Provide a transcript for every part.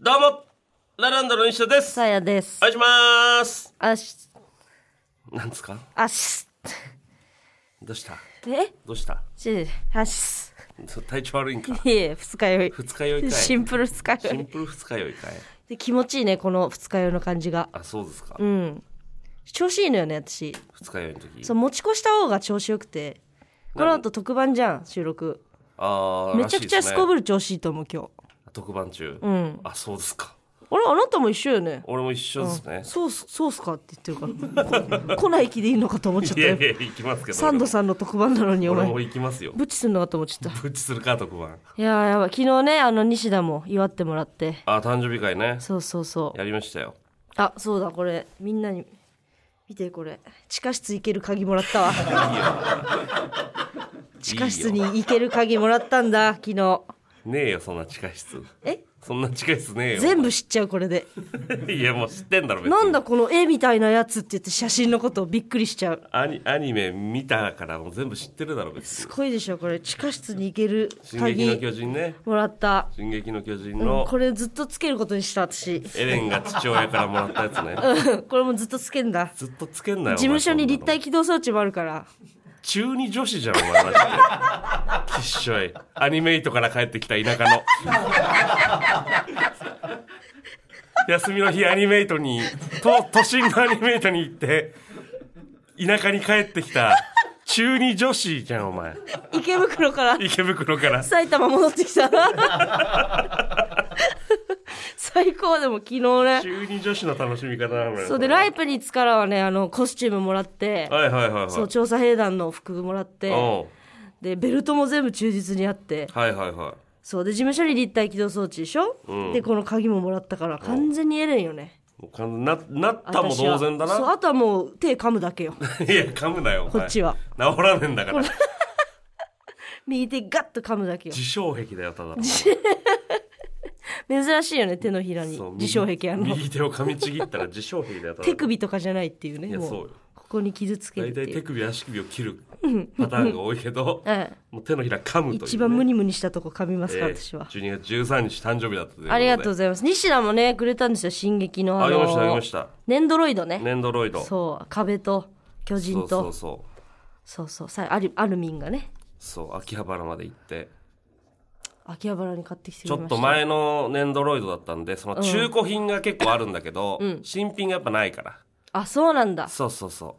どうもラランドの西田ですさやですお。願いしますあし、なんですかあし、どうしたえどうしたち、あし、そう体調悪いんかいえ、二日酔い。二日酔いか いシンプル二日シ酔ンいプル二日酔いかいで。気持ちいいね、この二日酔いの感じが。あそうですか、うん。調子いいのよね、私。二日酔いの時そう、持ち越した方が調子よくて。この後特番じゃん、収録。あーめちゃくちゃすらしいこでぶる調子いいと思う、今日。すね特番中、んあそうですかあれ、あなたも一緒よね。俺も一緒ですね、そうっす、そうっすかって言ってるから。こ 来ない気でいいのかと思っちゃっいたやよい。や行きますけどサンドさんの特番なのに、お俺も俺前も。行きますよブチすんのかと思っちゃった。プッチするか特番いやーやばい昨日ねあの西田も祝ってもらってあ誕生日会ねそうそうそうやりましたよあそうだこれみんなに見てこれ地下室行ける鍵もらったわ地下室に行ける鍵もらったんだ昨日ねえよそんな地下室えそんな地下室ねえよ全部知っちゃうこれで部 いやもう知ってんだろ別になんだこの絵みたいなやつって言って写真のことをびっくりしちゃうアニアニメ見たからもう全部知ってるだろ別すにごいでしょこれ地下室に行ける「進撃の巨鍵人ね」もらった「進撃の巨人」うんのこれずっとつけることにした私エレンが父親からもらったやつねこれもずっとつけんだずっとつけんなよ事務所に立体お前起動装置もあるからそんなの中二女子じゃんお前マジできっしょいアニメイトから帰ってきた田舎 の休みの日アニメイトにと都心のアニメイトに行って田舎に帰ってきた中二女子じゃんお前池袋から池袋から埼玉戻ってきたな最高でも昨日ね中二女子の楽しみ方なのよそうでライプニッツからはねあのコスチュームもらって、はいはいはいはいそう調査兵団の服もらってうでベルトも全部忠実にあってんはいはいはいそうで事務所に立体起動装置でしょ、でこの鍵ももらったから完全にエレンよねもう完全ななったも私は同然だそうなあとはもう手噛むだけよ いや噛むなよお前こっちは治らねえんだから右手ガッと噛むだけよ自傷癖だよただ珍しいよね手のひらにそう右自傷壁あの右手を噛みちぎったら自傷癖だよただ手首とかじゃないっていうねいやもそううよここに傷つける大って体い手う首足首を切るパターンが多いけどええもう手のひら噛むという、ね、一番ムニムニしたとこ噛みますえかえら、私は。 12月13日誕生日だったということでありがとうございます。西田もね、くれたんですよ、進撃の。あげのましたあげましたネンドロイドね。ネンドロイドうそう、壁と巨人と。そそううそうそうさアル、アルミンがね、そう秋葉原まで行って秋葉原に買ってきてちくょれまっした。と前のネンドロイドだったんでその中古品が結構あるんだけど、新品がやっぱないからあ、そうなんだ。そうそうそ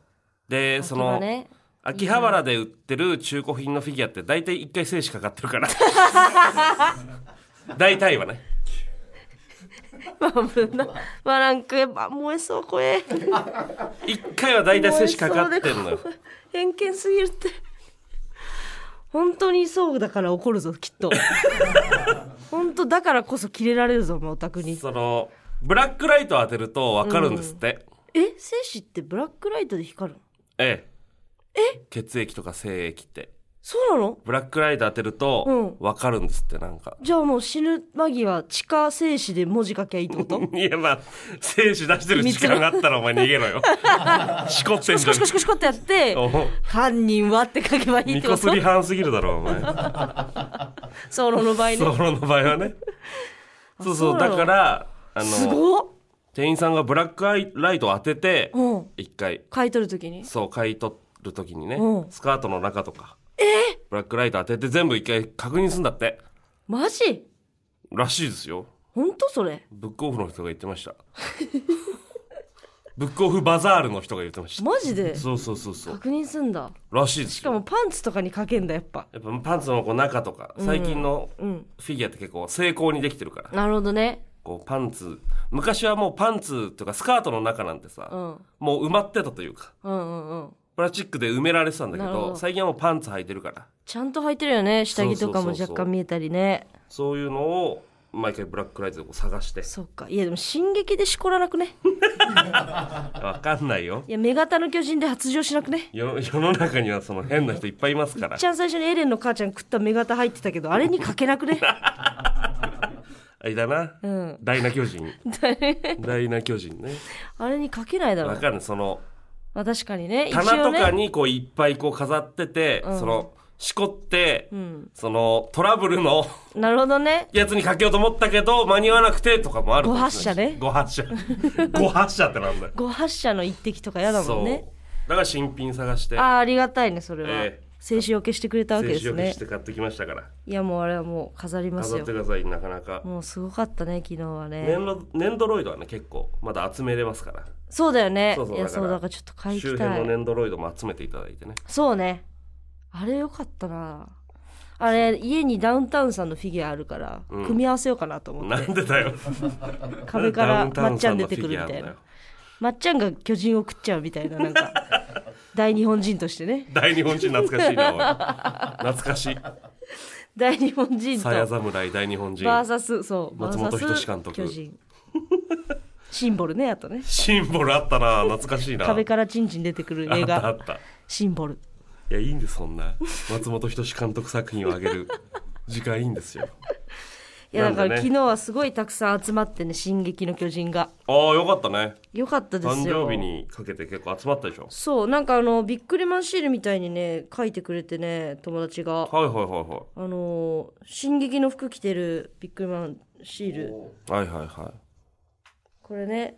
うでそ秋葉の、ね秋葉原で売ってる中古品のフィギュアって大体1回精子かかってるから 大体はねまあ、危な。まあ、なんか、やっぱ燃えそう、これ。 1回は大体精子かかってるのよ燃えそうで怖い偏見すぎるって。本当にそうだから怒るぞ、きっ と。本当だからこそキレられるぞ、もうお宅に。そのブラックライト当てると分かるんですって、え精子ってブラックライトで光るのええ血液とか精液ってそうなのブラックライト当てるうとん分かるんですってなんか じゃあもう死ぬ間際地下精子で文字書きゃいいってこといやまあ精子出してる時間があったらお前逃げろ よしこってんじシコゃシコシコシコってやってんお犯人はって書けばいいっニてコこスとリ半すぎるだろお前ソロの場合ソねロの場合は ねそうそうそうなだのからあすのごっ店員さんがブラックアイライトを当ててうん一回書いとる時にそう買い取る時にねうんスカートの中とかブラックライト当てて全部一回確認するんだってマジらしいですよ本当それブックオフの人が言ってま したブックオフバザールの人が言ってましたマジでそうそうそうそう確認すんだらしいですしかよもパンツとかに書けんだやっぱやっぱパンツのこう中とか最近のフんィギュアって結構精巧にできてるからなるほどねこうパンツ昔はもうパンツとかスカートの中なんてさ、うんもう埋まってたというかうんうんうんプラスチックで埋められてたんだけどなるほど最近はもうパンツ履いてるからちゃんと履いてるよね下着とかもそうそうそうそう若干見えたりねそういうのを毎回ブラックライトでこう探 してそっかいやでも進撃でしこらなくねわかんないよいや女型の巨人で発情しなくね世世の中にはその変な人いっぱいいます からちゃん最初にエレンの母ちゃん食った目型入ってたけどあれにかけな くねあれだな、ん大な巨 人大な巨人ねあれにかけないだろわう、かんないそのまあ、確かにね一棚応とかねにこういっぱいこう飾ってて、そのしこって、んそのトラブルのなるほどねやつにかけようと思ったけど間に合わなくてとかもあるかもしれないしごご発射 ご発射ってなんだよご発射の一滴とか嫌だもんそねうだから新品探してああありがたいねそれは、ええ精子よけしてくれたわけ静止ですよけねして買ってきましたからいやもうあれはもう飾ります飾っよてくださいなかなかもうすごかったね昨日はね粘土粘土ロイドはね結構まだ集めれますからそうだよねそうそういやだからそうだからちょっと買い行周き辺たいの粘土ロイドも集めていただいてねそうねあれよかったなあれ家にダウンタウンさんのフィギュアあるから、うん組み合わせようかなと思ってなんでだよ 壁からダウまンタウっンちゃさんの出てくるみたいなまっちゃんが巨人を食っちゃうみたいなな んか大日本人としてね大日本人懐かしいなおい懐かしい大日本人と鞘侍大日本バー人サスそう松本バーサス人志監督巨人シンボルねあ とねシンボルあったな懐かしいな壁からチンチン出てくる映あったあ画ったシンボルいやいいんですそんな松本人志監督作品をあげ る時間いいんですよいやだかなんらでね昨日はすごいたくさん集まってね「進撃の巨人が」ああよかったねよかったで誕すよ生日にかけて結構集まったでしょそうなんかあのビックリマンシールみたいにね書いてくれてね友達がはいはいはあのー「進撃の服着てるビックリマンシールいはいはいはいは」これね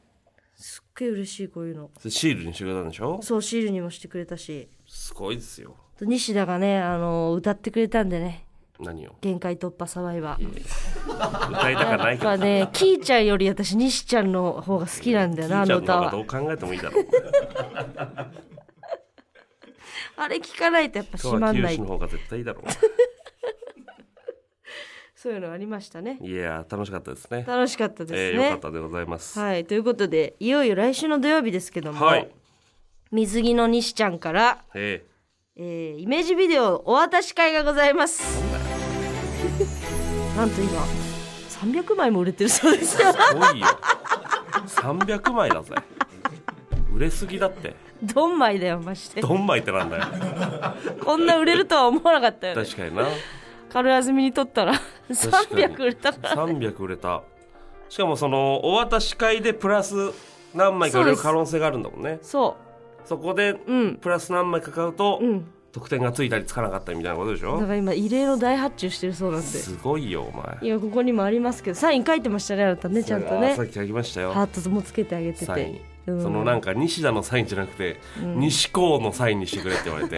すっげえ嬉しいこういうのいシールにしてくれたんでしょそうシールにもしてくれたしすごいですよあと西田がねあのー歌ってくれたんでね何を「限界突破サバイバー」歌いたかない けどまあね、キーちゃんより私、西ちゃんの方が好きなんだよな、聞あいちゃのうの歌がどは。う考えてもいいだろうあれ聞かないとやっぱ今日閉まはんな清いの。方が絶対いいだろそういうのありましたね。ういやー楽しかったですね楽しかったえでー、すよかねっ。たでございますはい、はい、ということで、いよいよ来週の土曜日ですけども、水着の西ちゃんから、ええーイメージビデオお渡し会がございます。なんと今、300枚も売れてるそうですよ。ー、すごいよ300枚だぜ売れすぎだってどんまいだよ、まして。どんまいってなんだよこんな売れるとは思わなかったよね。確かにな軽やずみに撮ったら、確かに300売れたから。 300売れたしかもそのお渡し会でプラス何枚か売れる可能性があるんだもんねそそこでう。うん。プラス何枚か買うと、うん。得点がついたりつかなかったりみたいなことでしだょから今異例の大発注してるそうなんですごいよお前今ここにもありますけどサイン書いてましたねあなたねちゃんとねさっき書きましたよハートもつけてあげてサイてうンんそのなんか西田のサインじゃなくて、西高のサインにしてくれって言わ れて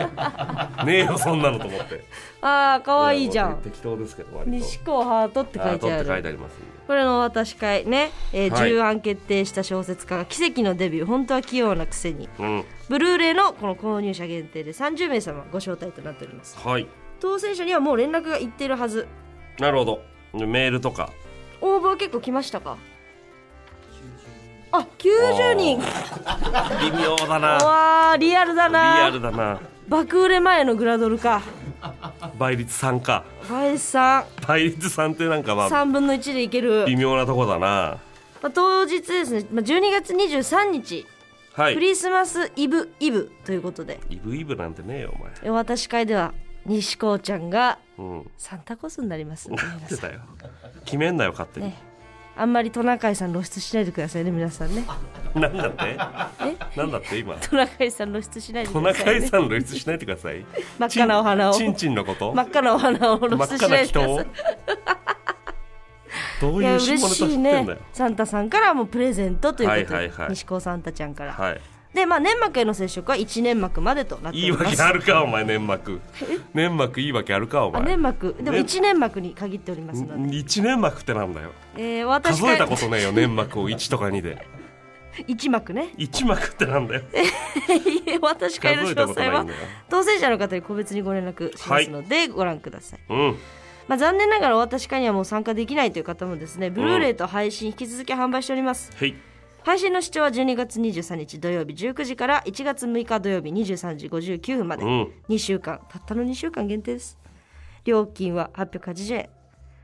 ねえよそんなのと思ってああかわいいじゃやもうん適当ですけど割と西高ハートって書いてああー取って書いるてありますんでこれの私会ね、えーはい重案決定した小説家が奇跡のデビュー本当は器用なくせにうんブルーレイのこの購入者限定で30名様ご招待となっておりますはい当選者にはもう連絡がいっているはずなるほどでメールとか応募は結構来ましたかあ90人微妙だなわあリアルだリなアルだな爆売れ前のグラドルか倍率3か林さん倍率3ってなんかまあ3分の1でいける、微妙なとこだなまあ、当日ですね、まあ、12月23日はクいリスマスイブイブということでイブイブなんてねえよお前お渡し会では西高ちゃんがうんサンタコスになりますねな皆っさてんたよ決めんなよ勝手に、ねあんまりトナカイさん露出しないでくださいね皆さんねなんだってなんだって今トナカイさん露出しないでトくナださカいイねさん露出しないでください 真っ赤なお花をちんちんのこと真っ赤なお花を露真っ出赤しなないでく人ださをい どういやいう下嬉ネタ知ってしいんだよ、ねサンタさんからもプレゼントということで、はいはいはい西高サンタちゃんから、はいでまあ粘膜への接触は1粘膜までとなっておいいりわますけあるかお前粘膜粘膜いいわけあるかおあ前粘膜でもね一粘膜に限っておりますので、一粘膜ってなんだよえー、私数えたかことねえよ粘膜を1とか2で一膜ね一膜ってなんだよ私からの数え詳たこと細ないはんだよ当選者の方に個別にご連絡しますのでご覧ください、うんまあ、残念ながらお渡し会にはもう参加できないという方もですねブルーレイと配信引き続き販売しております、はい配信の視聴は12月23日土曜日19時から1月6日土曜日23時59分まで、うん2週間たったの2週間限定です料金は880円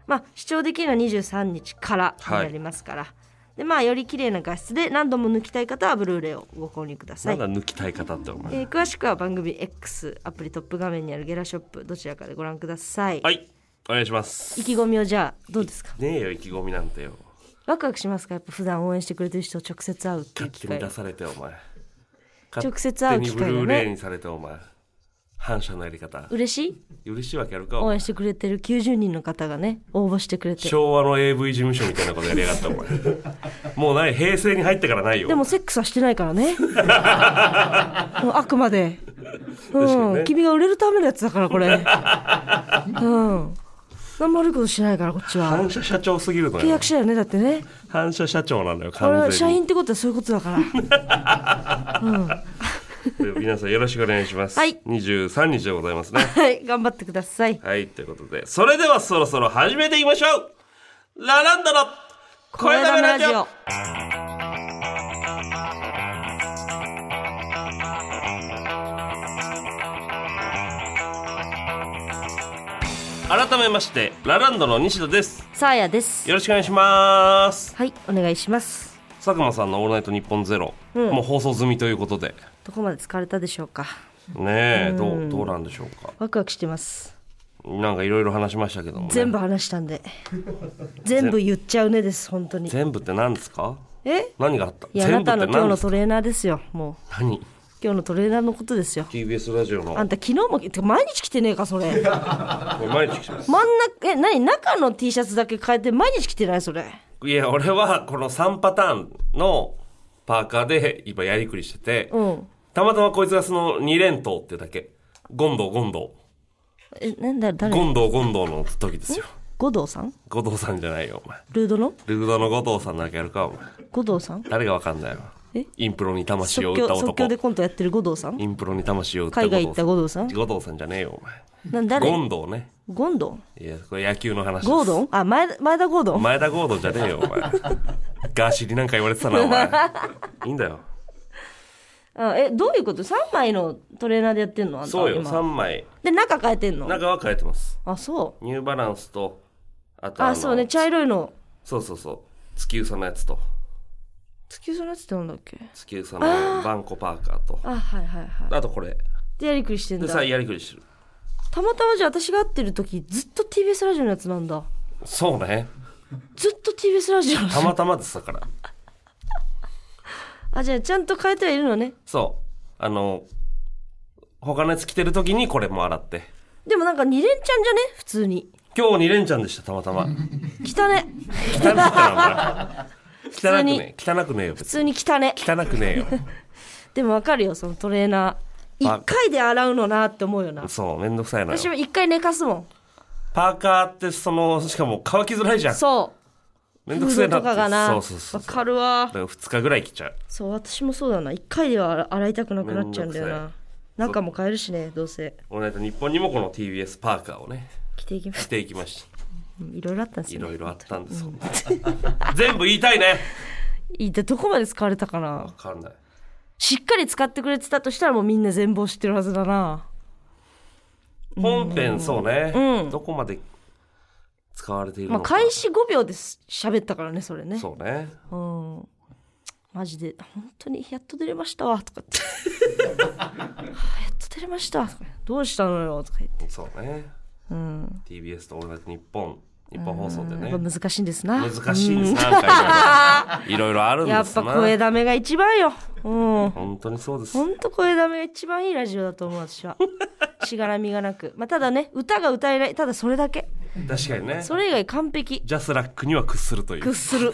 まあ視聴できるのは23日からになりますから、でまあより綺麗な画質で何度も抜きたい方はブルーレイをご購入くださないんだ抜きたい方ってお前えー詳しくは番組 X アプリトップ画面にあるゲラショップどちらかでご覧ください、はいお願いします意気込みをじゃあどうですかねえよ意気込みなんてよワクワクしますかやっぱ普段応援してくれてる人を直接会うっていう勝機手に会出がされてお前直接会う機会勝手がねにブルーレイにされてお前反射のやり方嬉しい嬉しいわけあるかお応前援してくれてる90人の方がね応募してくれて昭和の AV 事務所みたいなことやりやがったお前もうない平成に入ってからないよでもセックスはしてないからねうんあくまで、確かにうんね君が売れるためのやつだからこれうん何も悪いことしないからこっちは反射社長すぎるの契よ約者だよねだってね反射社長なのよこれ完は社全に員ってことはそういうことだから皆さんよろしくお願いしますはい23日でございますねはい頑張ってくださいはい、ということで、それではそろそろ始めていきましょうラランドの声だめラジオ改めまして、ラランドの西田です。さあやですよろしくお願いします。はいお願いします佐久間さんのオールナイトニッポンゼロ、うんもう放送済みということで、どこまで疲れたでしょうかねえ、どう、どうなんでしょうか。ワクワクしてますなんかいろいろ話しましたけども、ね。全部話したんで全部言っちゃうねです本当に全部って何ですかえ何があったいやあなたの今日のですトレーナーですよもうか何今日のトレーナーのことですよ ?TBS ラジオのあんた昨日もてか毎日着てねえかそれ真ん中毎日来てますえ何中の T シャツだけ変えて毎日着てないそれいや俺はこの3パターンのパーカーで今やりくりしてて、うんたまたまこいつがその2連投ってだけゴンドウゴンドえなんだウ誰ゴンドウゴンドウの時ですよ五道さん後藤さんじゃないよお前ルードのルードの後藤さんなんかやるかお前五道さん誰がわかんないわえインプロに魂を即売った興即男興でコントやってる五道さんインプロに魂を売った海外行った後五道さん藤さん後藤さんじゃねえよおなん誰前ゴンドウねゴンドンいやこれ野球の話ですゴードンあ前田前田ゴードン前田ゴードンじゃねえよお前ガーシーになんか言われてたなお 前いいんだよあえどういうこと3枚のトレーナーでやってんのあんたそうよ今3枚で中変えてんの中は変えてますあそうニューバランスとあとあのそうね茶色いのそうそうそう月うさのやつと月そのやつってなんだっけ月うさのバンコパーカーとああはいはいはいとこれでやりくりしてんでださやりくりしてるたまたまじゃあ私が会ってる時ずっと TBS ラジオのやつなんだそうねずっと TBS ラジオのたまたまですだからあじゃあちゃんと変えてはいるのねそうあの他のやつ着てる時にこれも洗ってでもなんか二連ちゃんじゃね普通に今日2連チャンでしたたまたま汚ね汚くてなお通前汚くにねえ汚くねえよ 普別に通に汚ね汚くねえよでもわかるよそのトレーナーバカ一回で洗うのなって思うよなそうめんどくさいな私も一回寝かすもんパーカーってそのしかも乾きづらいじゃんそめうんフどくせえーなドっとてかがなそうそうそうわかるわだから2日ぐらい着ちゃうそう私もそうだな一回では洗いたくなくなっちゃうんだよめんどな中も変えるしねどうせ俺は日本にもこの TBS パーカーをね着ていきま着す ていきましうんいろいろあったんでたすいよろいろあったんですよ全部言いたいねいいでどこまで使われたかな分かんないしっかり使ってくれてたとしたらもうみんな全貌知ってるはずだな本編そうね、うんどこまで使われているまあのか、開始5秒です喋ったからねそれねそうねうんマジで本当にやっと出れましたわとかって やっと出れましたとかどうしたのよとか言ってそうねうん TBS と「オールナイトニッポン」日本放送でねやっぱ難しいんですな難しいんですなんかいろいろいろいろあるんやでっすなぱ声だめが一番ようん本当にそうですほんと声だめが一番いいラジオだと思う私 はしがらみがなくまあただね歌が歌えないただそれだけ確かにねそれ以外完璧ジャスラックには屈するという屈 する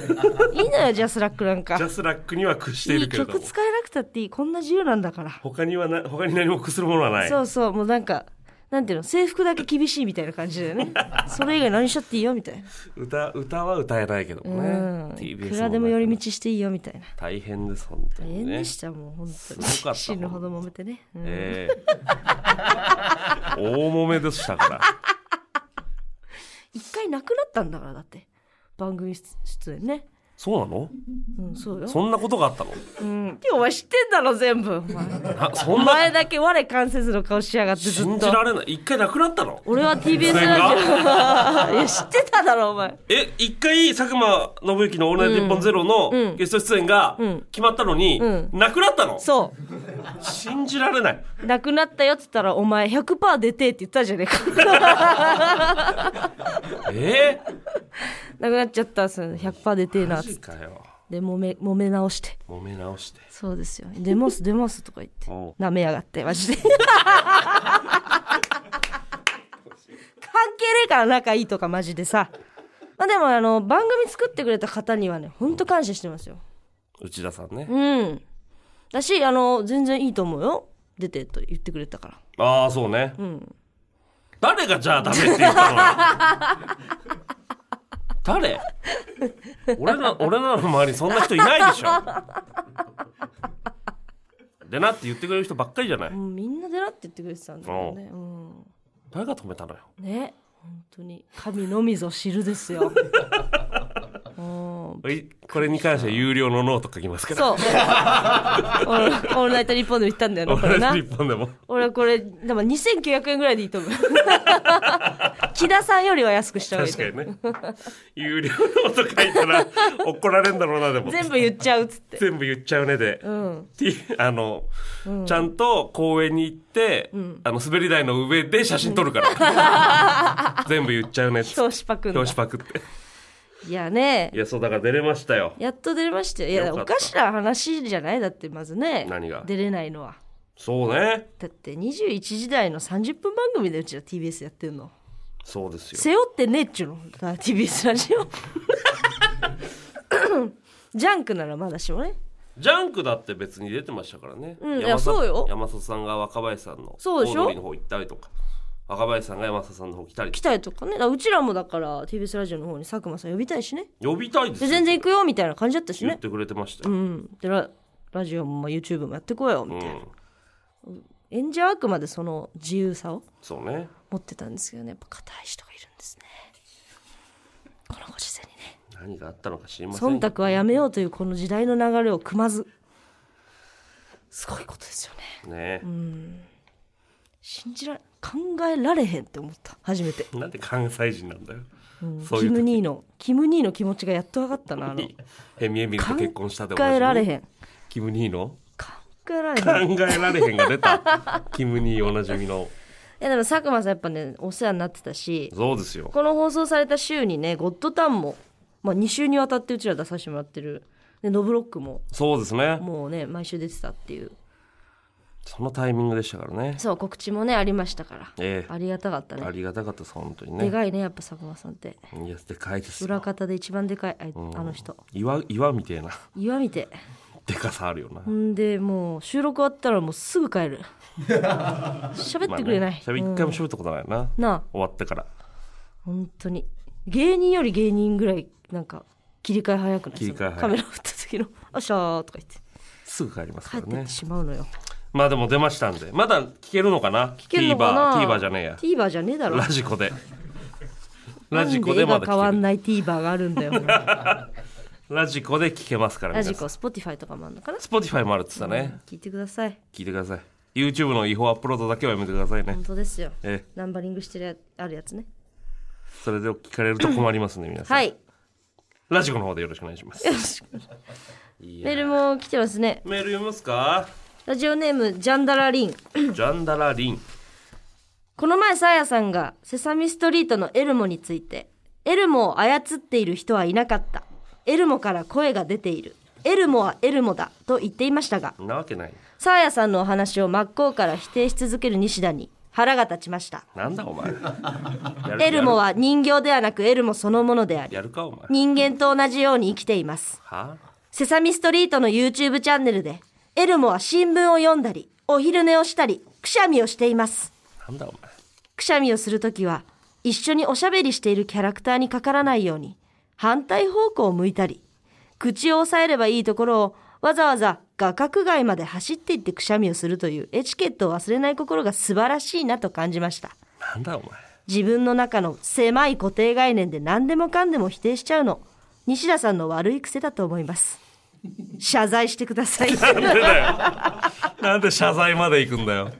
いいのよジャスラックなんかジャスラックには屈していいるいけれども曲使えなくたっていいこんな自由なんだから、他にはな他に何も屈するものはないそうそうもうなんかなんていうの制服だけ厳しいみたいな感じだ よねそれ以外何しちゃっていいよみたいな、歌歌は歌えないけどもねうんい TBS くらでも寄り道していいよみたいな大変です本当大に変ねでしたもう本当にすごかった死ぬほど揉めてね、うんええ大揉めでしたから一回なくなったんだからだって番組出出演ねそうなのうんそうよ、そんなことがあったのうん、でお前知ってんだろ全部お前なそおんな前だけ我関せずの顔しやがってず信っじとられない一回なくなったの俺は TBS ラジオ いや知ってただろお前え一回佐久間信之の「オールナイトニッポンゼロのゲスト出演が決まったのに、んなくなったのそう信じられないなくなったよっつったら、お前100%出てって言ったじゃねえか。 ええなくなっちゃったっすよ。100%出てえなマっつっジて。かよで揉め揉め直して揉め直してそうですよ出ます出ますとか言っておう舐めやがってマジで関係ねえから仲いいとかマジでさまあでもあの番組作ってくれた方にはねほんと感謝してますよ内田さんね、うんだしあの全然いいと思うよ出てと言ってくれたからああそうね、ん誰がじゃあダメって言った のよ誰俺ら俺らの周りにそんな人いないでしょでなって言ってくれる人ばっかりじゃないもうみんな出なって言ってくれてたんだよねうん誰が止めたのよね本当に神のみぞ知るで すようんいこれに関しては有料のノート書きますからそう オールオールナイト日本でも言ったんだよなこれ俺なら日本でも俺はこれでも2900円ぐらいでいい と思う木田さんよりは安くした方がいい確かと思うにね有料ノート書いたら怒られるんだろうなでも全部言っちゃうっつって全部言っちゃうねで、うんっていうあの、ちゃんと公園に行って、あの滑り台の上で写真撮るから、全部言っちゃうねって表紙パクんだ表紙パクっていやねいやそうだから出れましたよやっと出れましたよいやよかおったかしな話じゃないだってまずね何が出れないのはそうねだって21時台の30分番組でうちら TBS やってんのそうですよ背負ってねえっちゅうのだから TBS ラジオ ジャンクならまだしもねジャンクだって別に出てましたからね、うんいや山里そうよ山里さんが若林さんのそうでしょ大通りの方行ったりとか若林さんが山里さんの方来たり来たりとかねだからうちらもだから TBS ラジオの方に佐久間さん呼びたいしね呼びたいですでよ全然行くよみたいな感じだったし言っねてくれてましたよ、うんでララジオもまあ YouTube もやってこようみたいな、うん演者はあくまでその自由さをそうね持ってたんですけどねやっぱ硬い人がいるんですねこのご時世にね何があったのか知りません忖けど度はやめようというこの時代の流れを組まずすごいことですよねね、信じら考えられへんって思った初めてなんで関西人なんだよ、そういキうム・時ニーのキム・ニーの気持ちがやっと分かったなあのにヘミエミルと結婚したで考えられんへんキム・ニーの考えられ考へんいえられへんが出た キム・ニーおなじみのやでも佐久間さんやっぱねお世話になってたしそうですよこの放送された週にね「ゴッドタンも」まあ、2週にわたってうちら出させてもらってるで「ノブロックもそうです」ねもうね毎週出てたっていうそのタイミングでしたからねそう告知もねありましたから、ええありがたかったあねりがたかったです本当にでねかいねやっぱ佐久間さんっていやでかいですよ裏方で一番でかいあいあの人岩岩みてえな岩見てでかさあるよな、ほんでもう収録終わったらもうす ぐ帰る喋ってくれない、しゃべ一回も喋ったことないな、なあ終わってから本当に芸人より芸人ぐらいなんか切り替え早くない切り替え早いカメラ振った時の「あっしゃー」とか言ってすぐ帰りますか帰っらてっねてしまうのよまあでも出ましたんでまだ聞けるのかな聞けるのかな TVer TVer じゃねえや TVer じゃねえだろラジコでなラんジでコ絵でまがだ変わ聞けんるない TVer があるんだよ ラジコで聞けますからラ皆さジんコ Spotify とかもあるのかな Spotify もあるって言ってたね、聞いてください聞いてください YouTube の違法アップロードだけはやめてくださいね本当ですよええナンバリングしてるやあるやつねそれで聞かれると困りますね皆さん、はいよラジコの方でよろしくお願いし ますろしくいやメールも来てますねメール読みます かラジオネームジャンダラリンジャンダラリンこの前、サーヤさんがセサミストリートのエルモについて、エルモを操っている人はいなかった。エルモから声が出ている。エルモはエルモだと言っていましたが、なわけないサーヤさんのお話を真っ向から否定し続ける西田に腹が立ちました。なんだお 前やるエルモは人形ではなくエルモそのものであり、やるかお前人間と同じように生きています。はセサミストリートの YouTube チャンネルで、エルモは新聞を読んだり、お昼寝をしたり、くしゃみをしています。なんだお前くしゃみをするときは、一緒におしゃべりしているキャラクターにかからないように、反対方向を向いたり、口を押さえればいいところを、わざわざ画角外まで走っていってくしゃみをするというエチケットを忘れない心が素晴らしいなと感じました。なんだお前自分の中の狭い固定概念で何でもかんでも否定しちゃうの、西田さんの悪い癖だと思います。謝罪してください。 なんで謝罪まで行くんだよ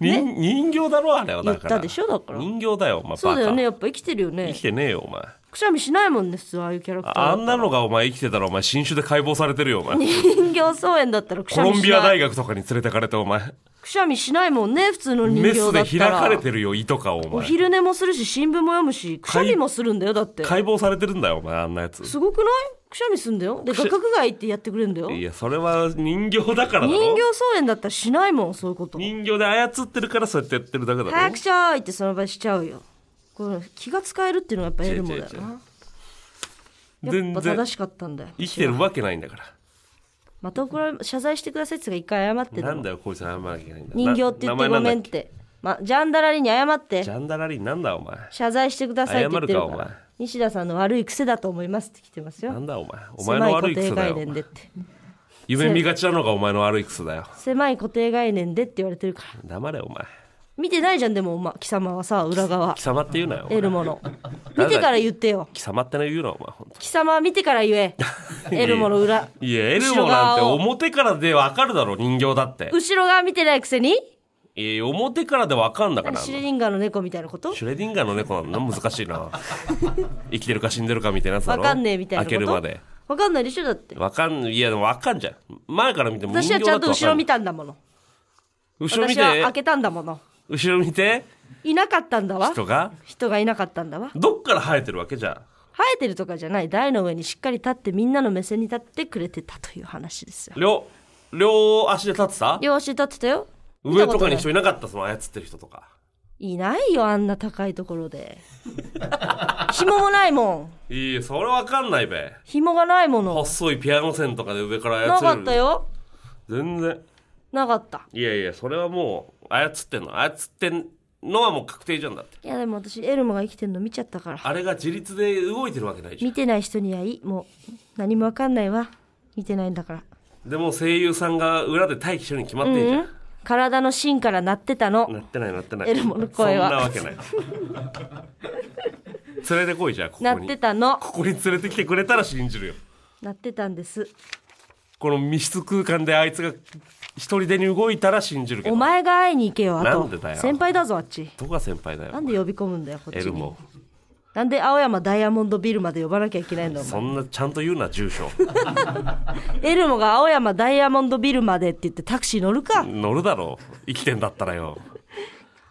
人人形だろあれはだから言ったでしょだから人形だよお前バカそうだよね、やっぱ生きてるよね生き。てねえよお前くしゃみしないもんね、普通ああいうキャラクターあは。んなのがお前生きてたらお前新種で解剖されてるよお前人形草園だったらくしコゃみしなロい。ンビア大学とかに連れてかれてお前くくしゃみしないもんね普通の人メ形スだでった開らかれてるよ胃とかおお前昼寝もするし新聞も読むしくしゃみもするんだよだって解剖されてるんだよお前あんなやつすごくないくしゃみすんだよでしゃ画角外ってやってくれるんだよい人やそれは人形だからだろ形操演だったらしないもんそういうこと人形で操ってるからそうやってやってるだけだろ早くしゃーいってその場でしちゃうよこの気が使えるっていうのがやっぱエルモだよ違う違う違なやっ全ぱ然正しかったんだよ生きてるわけないんだからまた怒られ謝罪してくださいって言ってたから一回謝ってたなもんんだよこいつ謝らなきゃいけないんだ人形って言ってなご名前なめだんっっけてまジャンダラリに謝ってジャンダラリーなんだお前謝罪してくださいって言ってる謝かるからお前西田さんの悪い癖だと思いますって来てますなよんだお前お前の悪い癖だ狭い固定概よ念でって夢見がちなのがお前の悪い癖だよ狭い固定概念でって言われてるから黙れお前見てないじゃんでもお前貴様はさ裏側貴様って言うなよお前得るもの見てから言ってよ貴様って言うなお前ほんと貴様は見てから言え得るもの裏 いやエルモなんて後ろ側を表からでわかるだろ人形だって後ろ側見てないくせにいや表からでわかんだからシュレディンガーの猫みたいなことシュレディンガーの猫なの難しいな 生きてるか死んでるかみたいなやつだわろかんねえみたいなこと開けるまでわかんないでしょだってわかんいやでもわかんじゃん前から見ても人私形はちゃだんととわ後かんろな見いたんだもの後ろ見私は開てけたんだもの後ろ見ていなかったんだわ人が人がいなかったんだわどっから生えてるわけじゃ生えてるとかじゃない台の上にしっかり立ってみんなの目線に立ってくれてたという話ですよん両両足で立ってた両足立ってたよ見上たことなかいに人いなかったその操ってる人とかいないよあんな高いところで 紐もないもんいいえそれわかんないべ紐がないもの細いピアノ線とかで上からな操れかるったよ全然なかったいやいやそれはもう操ってんの操ってんのはもう確定じゃんだっていやでも私エルモが生きてるの見ちゃったからあれが自立で動いてるわけないじゃ見てない人にはいいもう何もわかんないわ見てないんだからんでも声優さんが裏で待機してるに決まってんじゃん、体の芯から鳴ってたのなってないなってないエルモの声はそんなわけない連れてこいじゃあここ鳴にってたのここに連れてきてくれたら信じるよ鳴ってたんですこの密室空間であいつが一人でに動いたら信じるけどお前が会いに行けよあなとんでだよ先輩だぞあっちとか先輩だなよんで呼び込むんだよこっちエルにモなんで青山ダイヤモンドビルまで呼ばなきゃいけないんだおそ前んなちゃんと言うな住所エルモが青山ダイヤモンドビルまでって言ってタクシー乗るか乗るだろう生きてんだったらよ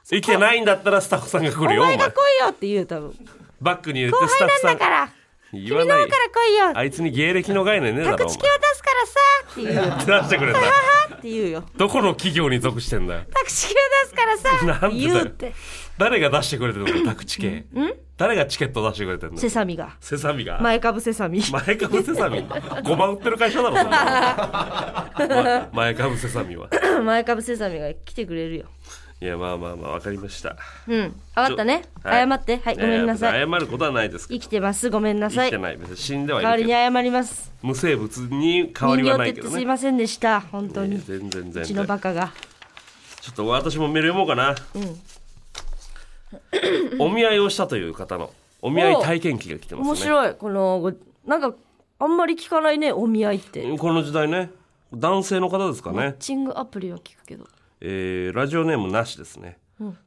生きてないんだったらスタッフさんが来おるよお前前が来いよって言う多分バッグに入れて後スタ輩ッフさなんんだから言君わのな方いから来いよあいつに芸歴の概念ねえだろ口利を出すからさって言うよお前出してくれんだって言うよどこの企業に属してんだよタクシーを出すからさなんってでだ言うよって誰が出してくれてるの宅地系誰がチケット出してくれてるのセサミがセサミが前株セサミ 前株セサミ5万売ってる会社だろそんな のま前株セサミは前株セサミが来てくれるよいやまあまあまあわかりましたうん分かったねちょはい謝ってはいごめんなさいや別に謝ることはないですけ生どきてますごめんなさ生きいて代ない別に死んではわいりるにけど謝ります無生物に変わ人り形はなって言いっけてどすねいませんでした本当いにやう全然全ちの然バカがちょっと私もメール読もうかな、お見合いをしたという方のお見合い体験記が来てますね面白いこのごなんかあんまり聞かないねお見合いってマこの時代ね男性の方ですかッね、チングアプリは聞くけどえーラジオネームなしですね、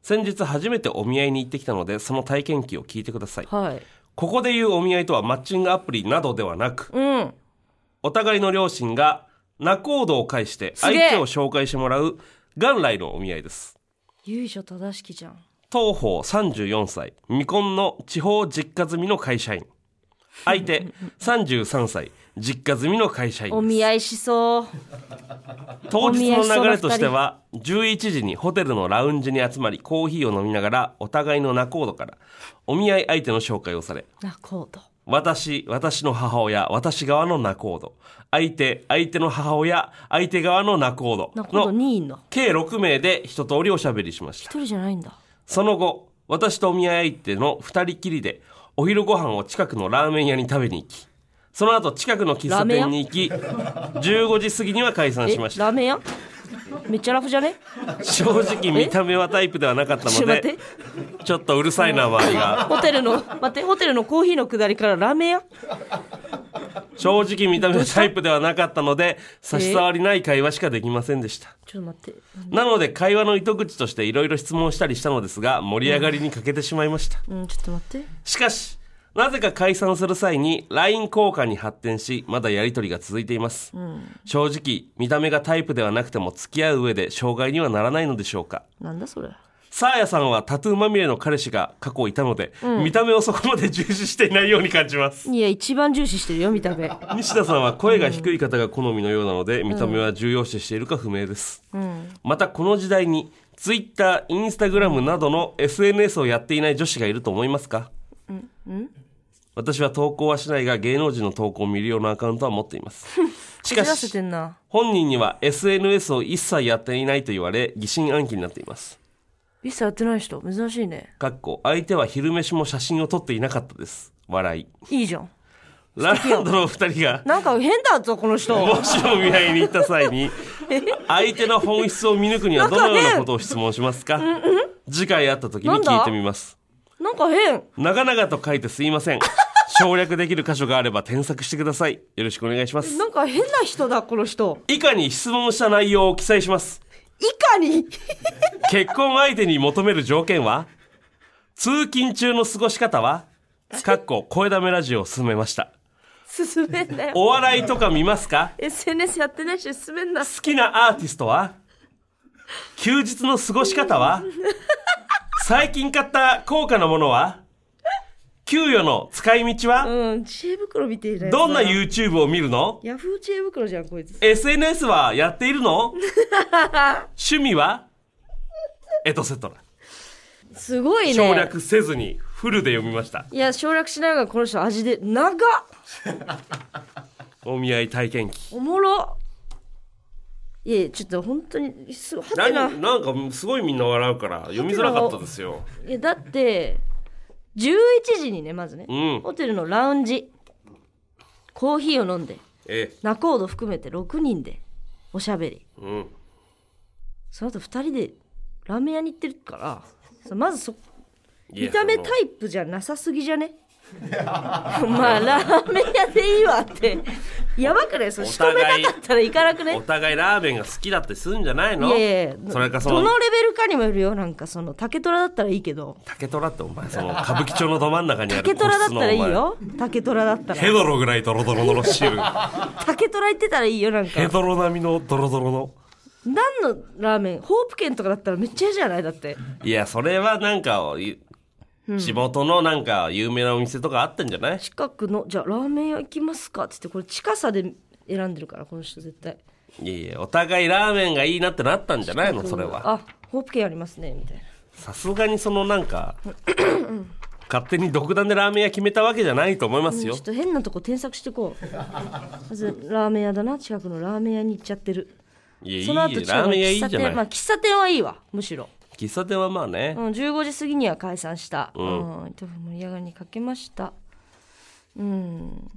先日初めてお見合いに行ってきたのでその体験記を聞いてくださいはいここで言うお見合いとはマッチングアプリなどではなくうんお互いの両親が仲人を介してす相げえ手を紹介してもらう元来のお見合いです由緒正しきじゃん当方34歳未婚の地方実家住みの会社員相手33歳実家住みの会社員お見合いしそう当日の流れとしては11時にホテルのラウンジに集まりコーヒーを飲みながらお互いの仲人からお見合い相手の紹介をされなコード私、私の母親、私側の仲人。相手、相手の母親、相手側の仲人なコードの2位の計6名で一通りおしゃべりしました一。人じゃないんだその後、私とお見合い相手の二人きりで、お昼ご飯を近くのラーメン屋に食べに行き、その後近くの喫茶店に行き、15時過ぎには解散えしました。ラーメン 屋めっちゃラフじゃね正直見た目はタイプではなかったちょのっと待っでて、ちょっとうるさいな、周りが。ホテル の待ってホテルのコーヒーの下りからラーメン屋正直見た目はタイプではなかったので、差し障りない会話しかできませんでした。ちょっと待ってなので会話の糸口としていろいろ質問したりしたのですが盛り上がりに欠けてしまいました、うんちょっと待ってしかしなぜか解散する際に LINE 交換に発展しまだやり取りが続いています、正直見た目がタイプではなくても付き合う上で障害にはならないのでしょうかなんだそれサーヤさんはタトゥーまみれの彼氏が過去いたので、見た目をそこまで重視していないように感じますいや一番重視 してるよ見た目西田さんは声が低い方が好みのようなので、見た目は重要視しているか不明です、またこの時代に Twitter、Instagram などの SNS をやっていない女子がいると思いますか、私は投稿はしないが芸能人の投稿を見るようなアカウントは持っています し知からせてしんな本人には SNS を一切やっていないと言われ疑心暗鬼になっています一切やってない人珍しいねかっこ相手は昼飯も写真を撮っていなかったです笑いいいじゃんラランドのお二人がなんか変だぞこの人 帽子を見合いに行った際に相手の本質を見抜くにはどのようなことを質問しますか次回会った時に聞いてみますなんか変長々と書いてすいません省略できる箇所があれば添削してくださいよろしくお願いしますなんか変な人だこの人以下に質問した内容を記載します以下に結婚相手に求める条件は通勤中の過ごし方はかっこ声だめラジオを進めました 進めんなよお笑いとか見ますか SNS やってないし進めんな好きなアーティストは休日の過ごし方は最近買った高価なものは給与の使い道はうん知恵袋見ていないどんな YouTube を見るのヤフー知恵袋じゃんこいつ ?SNS はやっているの趣味はエトセトラ。すごいね省略せずにフルで読みました。いや省略しないがこの人味で長っお見合い体験記。おもろいやいやちょっと本当にすはてな何なんかすごいみんな笑うから読みづらかったですよ。いやだって11時にねまずね、うんホテルのラウンジコーヒーを飲んでえ仲人含めて6人でおしゃべりえ、うん。その後2人でラーメン屋に行ってるからそうまずそいや見た目そのタイプじゃなさすぎじゃね まあラーメン屋でいいわってやばくないそうお仕留め互いなかったら行かなくねお互いラーメンが好きだってすんじゃないのいやいやそれかそどののレベルかにもよるよなんかその竹虎だったらいいけど竹虎ってお前その歌舞伎町のど真ん中にある竹虎だったらいい個室のおよ竹虎だった前ヘらドロぐらいドロドロの汁竹虎行ってたらいいよなんかヘドロ並みのドロドロの何のラーメンホープ券とかだったらめっちゃ嫌じゃないだっていやそれはなんかい地元のなんか有名なお店とかあったんじゃない近くのじゃあラーメン屋行きますかって言ってこれ近さで選んでるからこの人絶対いやいやお互いラーメンがいいなってなったんじゃないのそれはあホープ券ありますねみたいなさすがにそのなんか勝手に独断でラーメン屋決めたわけじゃないと思いますちょよっと変なとこ添削してこうまずラーメン屋だな近くのラーメン屋に行っちゃってるいやいいそよのラ後近ーくのメン屋いい喫じ茶ゃ店まなあい喫茶店はいいわむしろ喫茶店はまあねうん、15時過ぎには解散した。うん、と盛り上がりにかけました。うん、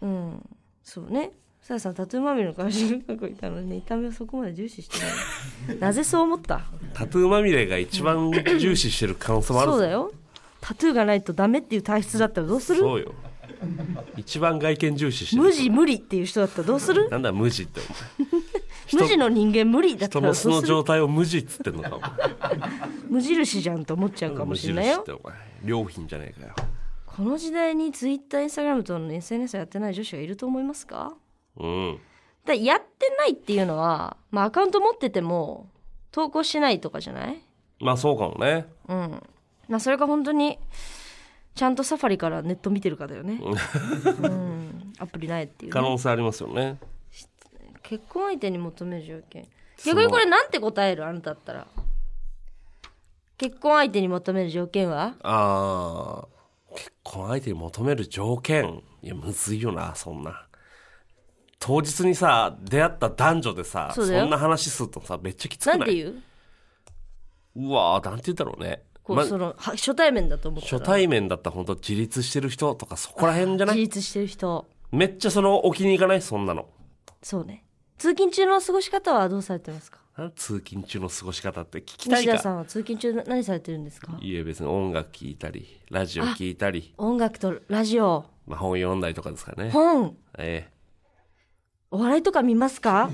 うん、そうね。さやさん、タトゥーまみれの会社に過去いたのに、見た目をそこまで重視して ない。なぜそう思ったタトゥーまみれが一番重視してる可能性もあるぞそうだよ。タトゥーがないとダメっていう体質だったらどうするそうよ一番外見重視してる無地無理っていう人だったらどうするなんだ無地ってお前無地の人間無理だった人らどのうす素のる状態を無地っつってんのか無印じゃんと思っちゃおうか前無もしれ印ないっよて。お前良品じゃねえかよこの時代にツイッター、インスタグラムとの SNS やってない女子がいると思いますかうんだやってないっていうのは、まあ、アカウント持ってても投稿しないとかじゃないまあそうかもねうん、まあ、それが本当にちゃんとサファリからネット見てるかだ よね、うん、アプリないっていう可ね、能性ありますよね結婚相手に求める条件そう逆にこれなんて答えるあなただったら結婚相手に求める条件はあー結婚相手に求める条件いやむずいよなそんな当日にさ出会った男女でさそうだよんな話するとさめっちゃきつくなないんて言ううわーなんて言うんだろうねこう、まそのは初対面だと思った初ら対面だったら本当自立してる人とかそこら辺じゃな自い立してる人めっちゃその置きに行かないそんなのそうね通勤中の過ごし方はどうされてますかなん通勤中の過ごし方って聞きたい西田さかんは通勤中何されてるんですかいえ別に音楽聞いたりラジオ聞いたり音楽とラジオまあ、本読んだりとかですかね本えお笑いとか見ますか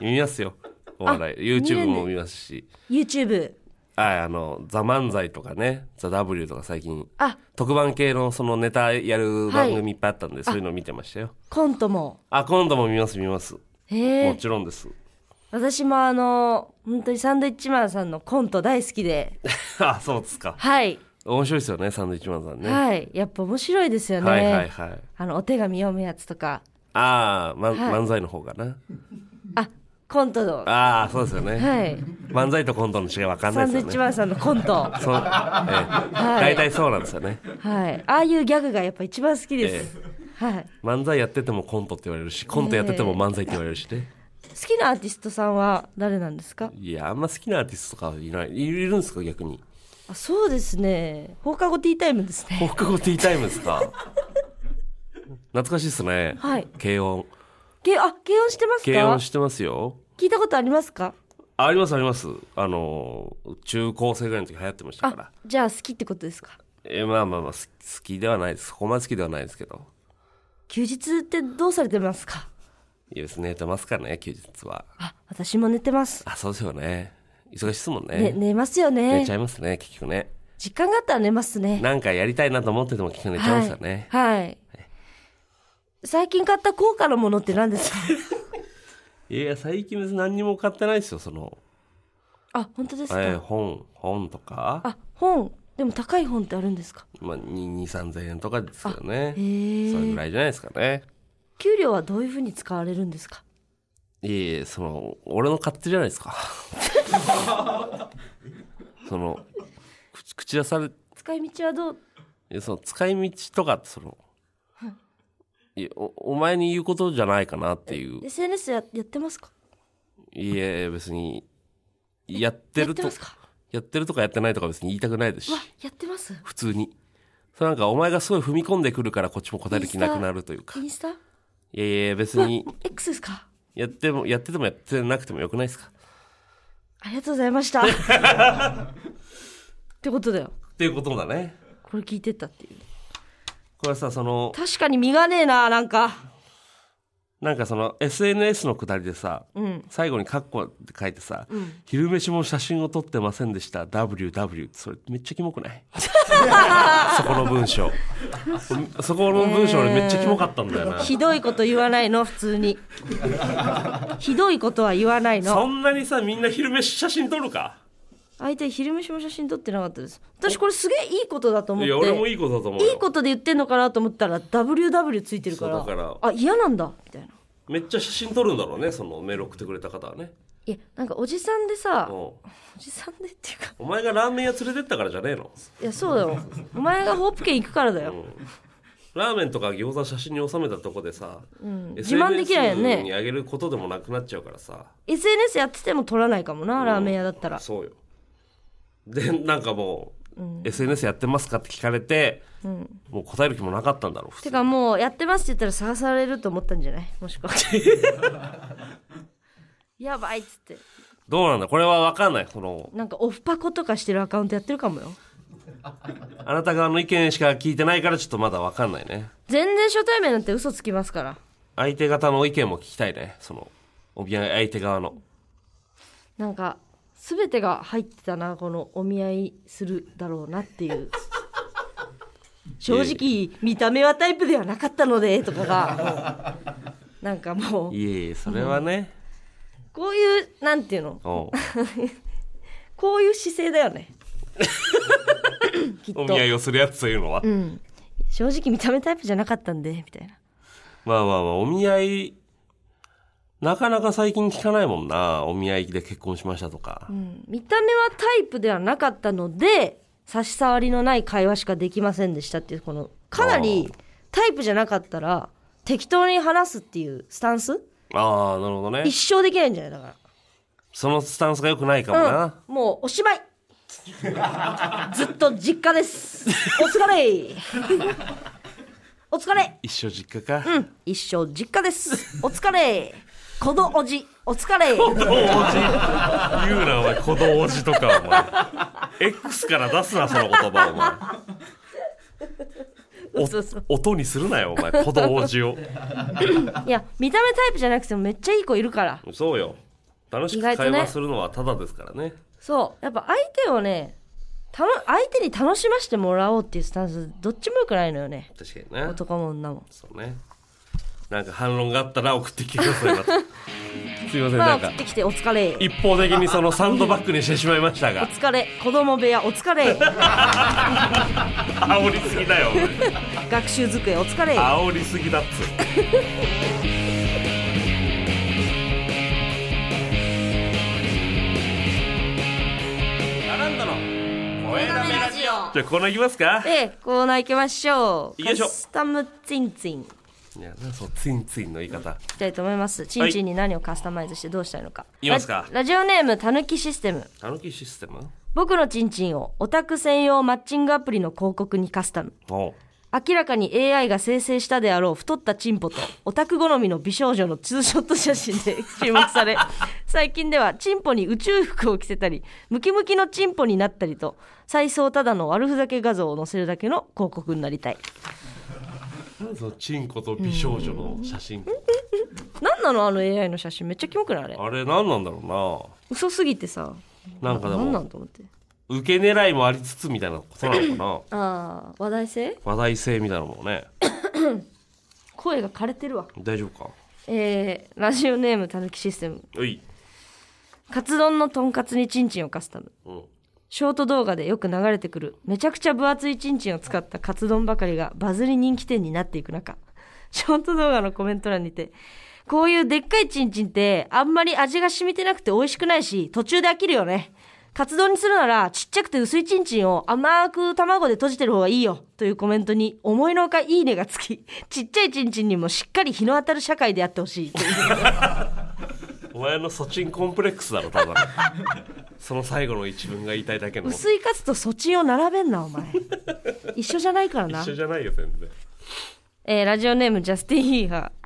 え見ますよお笑い見る YouTube んだも見ますし YouTube ああの「ザ漫才とかね「ザ w とか最近あ特番系のそのネタやる番組いっぱいあったんで、そういうの見てましたよコントもあ今度も見ます見ますへもえちろんです私もあの本当にサンドイッチマンさんのコント大好きであそうですかはい、面白いですよねサンドイッチマンさんね、はいやっぱ面白いですよね、はいはいはいあのお手紙読むやつとかああ、まはい漫才の方かなあコントのはああそうですよね、い漫才とコントの違い分かんなサいンドでイすよッチねマンさんのコントはそう、ええ大体そうなんですよねいああいうギャグがやっぱ一番好きです、はい漫才やっててもコントって言われるしコントやってても漫才って言われるしね、好きなアーティストさんは誰なんですかいやあんま好きなアーティストとかいないいるんですか逆にあそうですね放課後ティータイムですね放課後ティータイムですか懐かしいですね、はい軽音けあ軽音してます軽か音してますよ聞いたことありますかありますありますあの中高生ぐらいの時流行ってましたからあじゃあ好きってことですかえまあまあまあ好き好きではないですそこまで好きではないですけど休日ってどうされてますかいいですね寝てますからね休日はあ私も寝てます、あそうですよね忙しいですもんねね、寝ますよ寝ちゃねいますね結局ね時間があったら寝ますねなんかやりたいなと思ってても結局寝ちゃいますよね、はい、はい、最近買った高価なものって何で すかい、や最近別に何にも買ってないですよその、あ本当ですか、えー本本とかあ本でも高い本ってあるんですかまあ、2 3千円とかですけどねへえそれぐらいじゃないですかね給料はどういうふうに使われるんですかいえいえその俺の勝手じゃないです かその口口出され使い道はどういやその使い道とかってそのいやおお前に言うことじゃないかなっていう SNS ややってますかいえ別にやってるとやってますかやってるとかやってないとか別に言いたくないですしうわやってます普通にそれなんかお前がすごい踏み込んでくるからこっちも答える気なくなるというかインスタいやいや別うわに X ですかやってもやっててもやってなくてもよくないですかありがとうございました ってことだよっていうことだねこれ聞いてたっていうこれはさその確かに身がねえななんかなんかその SNS のくだりでさ、うん最後にカッコって書いてさ、昼飯も写真を撮ってませんでした WW」ってそれめっちゃキモくない そこの文章そこの文章俺めっちゃキモかったんだよな、ひどいこと言わないの普通にひどいことは言わないのそんなにさみんな昼飯写真撮るか相手昼飯も写真撮ってなかったです私これすげえいいことだと思っいてや俺もいいことだと思うよいいことで言ってんのかなと思ったら WW ついてるからそうだからあ嫌なんだみたいなめっちゃ写真撮るんだろうねそのメール送ってくれた方はねいやなんかおじさんでさうんおじさんでっていうかお前がラーメン屋連れてったからじゃねえのいやそうだよお前がホープ券行くからだよ、ラーメンとか餃子写真に収めたとこでさ、自慢できないよ SNS ねにあげることでもなくなっちゃうからさ SNS やってても撮らないかもな、ラーメン屋だったらそうよでなんかもう、SNS やってますか?」って聞かれて、もう答える気もなかったんだろう普て通かもうやってますって言ったら探されると思ったんじゃないも しくはやばいっつってどうなんだこれは分かんないそのなんかオフパコとかしてるアカウントやってるかもよあなた側の意見しか聞いてないからちょっとまだ分かんないね全然初対面なんて嘘つきますから相手方の意見も聞きたいねそのお見合い相手側のなんか全てが入ってたなこのお見合いするだろうなっていう正直見た目はタイプではなかったのでとかがもうなんかもういえいえそれは ね、こういうなんていうのおうこういう姿勢だよ ねきっおと見合いをするやつというのは、正直見た目タイプじゃなかったんでみたいなまあまあまあお見合いなかなか最近聞かないもんなお見合いで結婚しましたとか、見た目はタイプではなかったので差し障りのない会話しかできませんでしたっていうこのかなりタイプじゃなかったら適当に話すっていうスタンスああなるほどね一生できないんじゃないだかそのスタンスが良くないかもら、な、うん、もうおしまい ずっと実家ですお疲れ お疲れ一生実家か、うん一生実家ですお疲れこのおじお疲れ子供じ言うなお前子供じとか お前 X から出すなその言葉お前そうそうお音にするなよお前子供じをいや見た目タイプじゃなくてもめっちゃいい子いるからそうよ楽し意く外とね会話するのはただですからねそうやっぱ相手をねたの相手に楽しませてもらおうっていうスタンスどっちもよくないのよね確かにね男も女もそうねなんか反論があったら送ってきてくださいま たすいませんまあなん送かってきてお疲れ一方的にそのサンドバッグにしてしまいましたおが疲れ子供部屋お 疲れ煽りすぎだよお前学習机お疲れ煽りすぎだっつうアランダの声だめラジオじゃあコーナーいきますかでコーナー行きましょうよいしょカスタムツインツインいやなそうツインツインの言い方いきたいと思いますチンチンに何をカスタマイズしてどうしたいのか、いきますかララジオネームたぬきシステムたぬきシステム僕のチンチンをオタク専用マッチングアプリの広告にカスタムおう明らかに AI が生成したであろう太ったチンポとオタク好みの美少女のツーショット写真で 注目され最近ではチンポに宇宙服を着せたりムキムキのチンポになったりと再送ただの悪ふざけ画像を載せるだけの広告になりたいなんでそのチンコと美少女の写真なんなのあの AI の写真めっちゃキモくないあれあれ何なんだろ嘘すぎてさうななんかでなんなもんと思って受け狙いもありつつみたいなことなのかな ああ話題性話題性みたいなのもね声が枯れてるわ大丈夫かえー、ラジオネームたぬきシステムおい、カツ丼のとんかつにチンチンをカスタムうん、ショート動画でよく流れてくるめちゃくちゃ分厚いチンチンを使ったカツ丼ばかりがバズり人気店になっていく中ショート動画のコメント欄にてこういうでっかいチンチンってあんまり味が染みてなくて美味しくないし途中で飽きるよねカツ丼にするならちっちゃくて薄いチンチンを甘く卵で閉じてる方がいいよというコメントに思いのほかいいねがつきちっちゃいチンチンにもしっかり日の当たる社会でやってほしいというお前のソチンコンプレックスだろ ただのその最後の一文が言いたいだけの一薄いカツとそっちを並べんなお前一緒じゃないからな緒じゃないよ全然えーラジオネームジャスティン・ヒーハー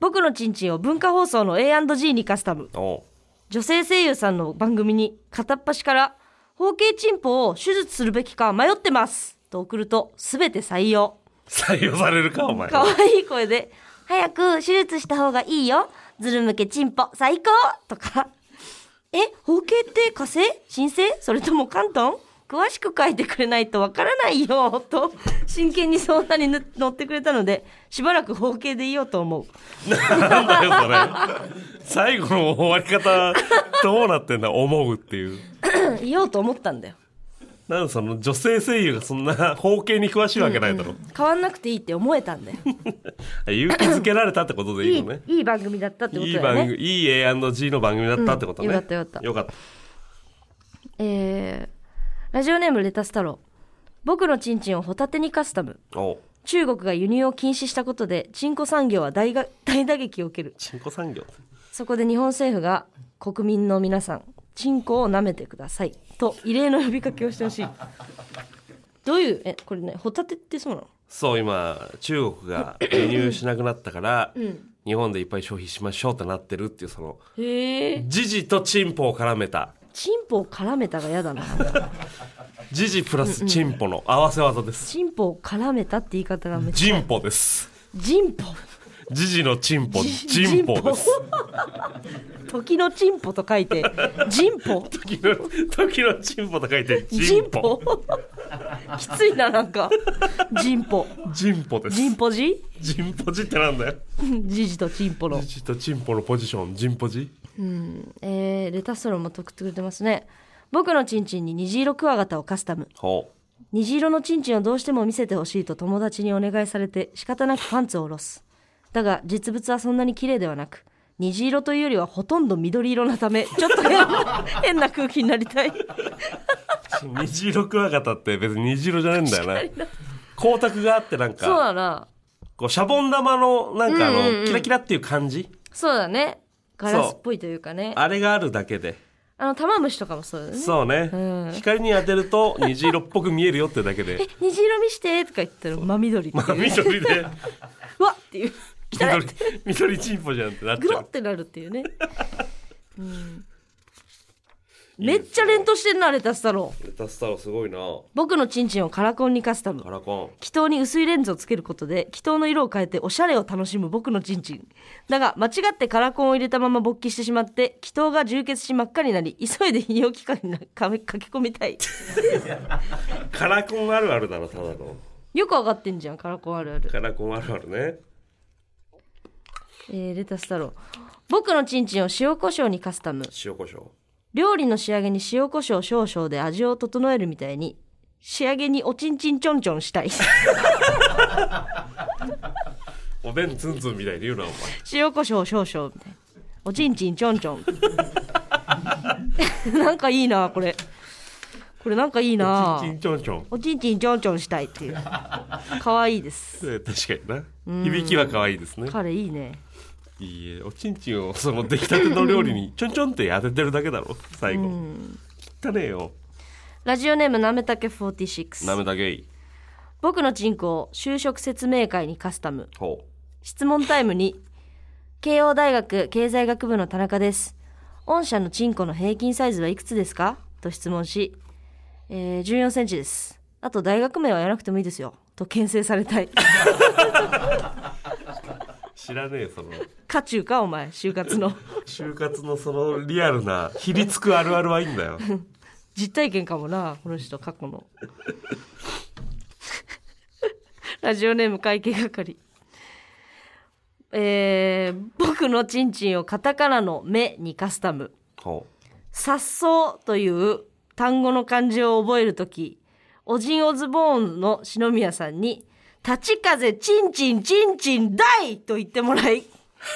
僕のチンチンを文化放送の A&G にカスタムおう女性声優さんの番組に片っ端から包茎チンポを手術するべきか迷ってますと送ると全て採用採用されるかお前可愛い声で「早く手術した方がいいよズル向けチンポ最高!」とか「え包茎って火星神星それとも関東詳しく書いてくれないとわからないよ」と真剣にそんなにぬ乗ってくれたのでしばらく包茎でいようと思うなんだよそれ最後の終わり方どうなってんだ思うっていううんいようと思ったんだよなんでその女性声優がそんな包茎に詳しいわけないだろ、変わんなくていいって思えたんだよ勇気づけられたってことで いいいいのねいい番組だったってこといだいよ番ね組いい A&G の番組だったってことね、うんよかったよかったよかったえーラジオネームレタス太郎僕のチンチンをホタテにカスタムおう中国が輸入を禁止したことでチンコ産業は大が 大打撃を受けるチンコ産業そこで日本政府が国民の皆さんチンコを舐めてくださいと異例の呼びかけをしてほしいどういうえこれねホタテってそうなのそう今中国が 輸入しなくなったから、日本でいっぱい消費しましょうってなってるっていうそのへえ時事とチンポを絡めたチンポを絡めたが嫌だななんか時事プラスチンポの合わせ技です、チンポを絡めたって言い方がめっちジンポですゃジンポ時事のチンポじジンポです時のチンポ と書いてジンポ時の時のチンポと書いてジジンンポポ きついななんかジンポジンポですジンポジジンポジってなんだよジジとチンポの時、事とチンポのポジションジンポジえー、レタストローも送ってくれてますね僕のチンチンに虹色クワガタをカスタムほ虹色のチンチンをどうしても見せてほしいと友達にお願いされて仕方なくパンツを下ろすだが実物はそんなに綺麗ではなく虹色というよりはほとんど緑色なためちょっと変 な変な空気になりたいう虹色クワガタって別に虹色じゃねえんだよな光沢があってなん そうかだなこうシャボン玉のなんかあの、キラキラっていう感じそうだねガラスっぽいというかねああれがあるだけでの玉虫とかもそうだねそうね、光に当てると虹色っぽく見えるよってだけ で虹色見してとか言ったら真緑っていう緑 でう わっって いう緑緑チンポじゃんってなっグちゃロっうてなるっていうねめっちゃ連投してんなレタス太郎レタス太郎すごいな僕のチンチンをカラコンにカスタムカラコ気筒に薄いレンズをつけることで気筒の色を変えておしゃれを楽しむ僕のチンチンだが間違ってカラコンを入れたまま勃起してしまって気筒が充血し真っ赤になり急いで泌尿器科になかめ駆け込みたいンカラコンあるあるだろただのよく上がってんじゃんカラコンあるある、カラコンあるあるねえーレタス太郎僕のチンチンを塩コショウにカスタム塩コショウ料理の仕上げに塩コショウ少々で味を整えるみたいに仕上げにおちんちんちょんちょんした いおでんツンツンみたいに言うなお前塩コショウ少々みたいなおちんちんちょんちょ んなんかいいなこれこれなんかいいなチンチンチョンチョンおちんちんちょんちょんしたいっていう可愛いですえー確かにな響きは可愛いですね彼いいねいいえおちんちんをその出来たての料理 にちょんちょんって当ててるだけだろ最後汚ねえよラジオネームなめたけ46なめだけい僕のチンコを就職説明会にカスタムほ質問タイムに慶応大学経済学部の田中です御社のチンコの平均サイズはいくつですかと質問し、えー、14センチですあと大学名はやらなくてもいいですよと牽制されたい う知らねえその渦中かお前就活の就活のそのリアルなひりつくあるあるはいいんだよ実体験かもなこの人過去の ラジオネーム会計係えー、僕のチンチンをカタカナの目にカスタム ほ殺草という単語の漢字を覚えるとき、オジンオズボーンの篠宮さんに、立ち風チンチンチンチン大と言って もらい、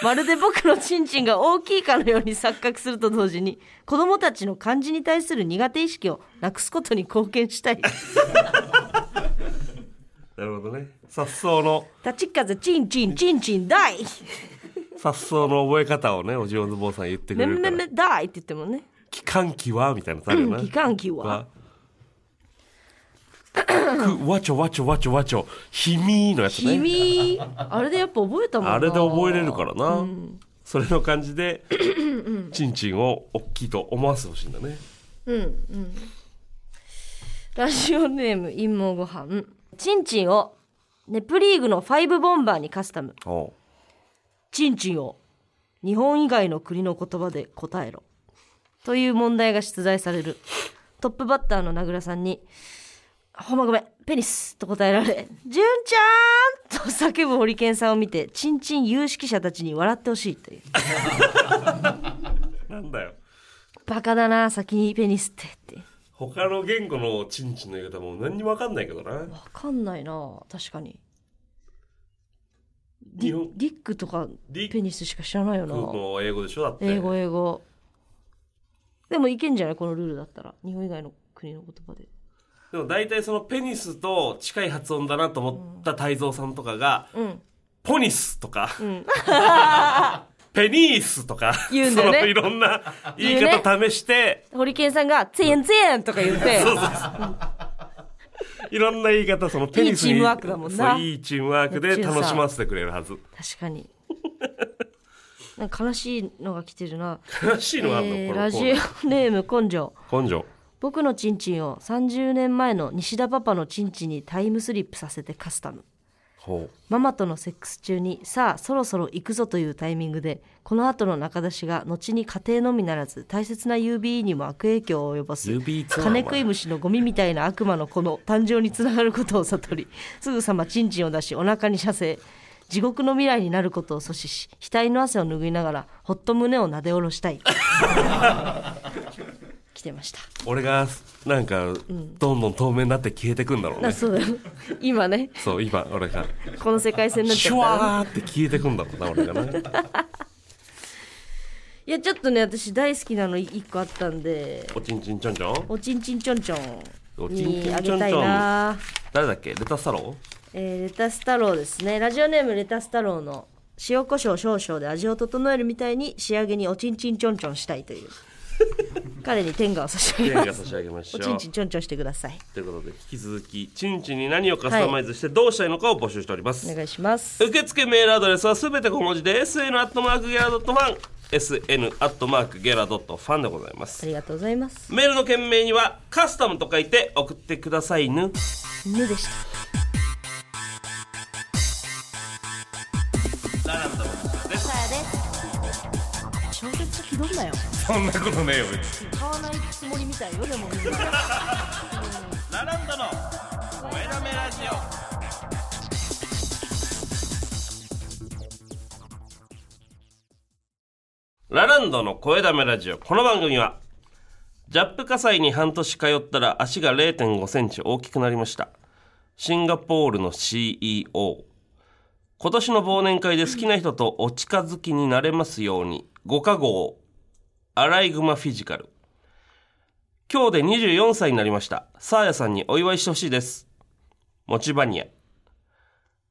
まるで僕のチンチンが大きいかのように錯覚すると同時に、子供たちの漢字に対する苦手意識をなくすことに貢献したうい。なるほどね殺草の立ち風チンチンチンチン大殺草の覚え方をねおじおずぼうさん言ってくめれんるかめらんめん大って言ってもね、期間期はみたいなのあるよな期間期はわ。 くわちょわちょわちょわちょひみーのやつね君、あれでやっぱ覚えたもんな。あれで覚えれるからな、それの感じでちんちんを大きいと思わせてほしいんだねラジオネーム陰謀ご飯チンチンをネプリーグのファイブボンバーにカスタムおチンチンを日本以外の国の言葉で答えろという問題が出題されるトップバッターの名倉さんに「ほんまごめんペニス」と答えられ「純ちゃん!」と叫ぶホリケンさんを見てチンチン有識者たちに笑ってほしいといううなんだよバカだな先にペニスってって他の言語のちんちんの言い方も何にも分かんないけどなわかんないな確かにデ日ィ本ディックとかディッペニスしか知らないよなもう英語でしょだって英語英語でもいけんじゃないこのルールだったら日本以外の国の言葉ででも大体そのペニスと近い発音だなと思った泰造さんとかが、んポニスとか、 ペニースとか、言うんだよねそのいろんな言い言方試して、ホリケンさんが「ツェンツェン!」とか言 ってそうそうそういろんな言い方、そのペニスに。いいチームワークだもんなそういいチームワークで楽しませてくれるはず。確か になんか悲しいのが来てるな、悲しいのがあるの、えーこのラジオネーム根性コーナー根性。僕のチンチンを30年前の西田パパのチンチンにタイムスリップさせてカスタムほママとのセックス中にさあそろそろ行くぞというタイミングでこの後の中出しが後に家庭のみならず大切な UBE にも悪影響を及ぼす UBE ツアー金食い虫のゴミみたいな悪魔の子の誕生につながることを悟りすぐさまチンチンを出しお腹に射精地獄の未来になることを阻止し額の汗を拭いながらほっと胸をなで下ろしたい来てましたう。俺が、なんか、どんどん透明になって消えてくんだろうあね。そうだよ今ねそう、今、俺が、この世界線になっちシゃュったらねワーって消えてくんだろうな、俺がね。いやちょっとね私大好きなの一個あったんでおちんちんちょんちょんおちんちんちょんちょおんちんちんちょんちょんにあげたいな誰だっけレタス太 郎えーレタス太郎ですねラジオネームレタス太郎の塩コショウ少々で味を整えるみたいに仕上げにおちんちんちょんちょんしたい という彼に天下を差し上げ天まがす差し上げましおょちんうちんちょんちょんしてくださ いということで引き続きちんちんに何をカスタマイズしてどうしたいのかを募集しております、お願いします受付メールアドレスはすべて小文字で SN アットマークギャラドットマン sn.gera.fan でございますありがとうございますメールの件名にはカスタムと書いて送ってくださいぬぬでしたラランドの方です小説ひどいんだよそんなことねえよ別に買わないつもりみたいよでもみんなラランドの声だめラジオ。ラランドの声だめラジオ。この番組は、ジャップ火災に半年通ったら足が0.5センチ大きくなりました。シンガポールの CEO。今年の忘年会で好きな人とお近づきになれますように、ご加護アライグマフィジカル。今日で24歳になりました。サーヤさんにお祝いしてほしいです。モチバニア。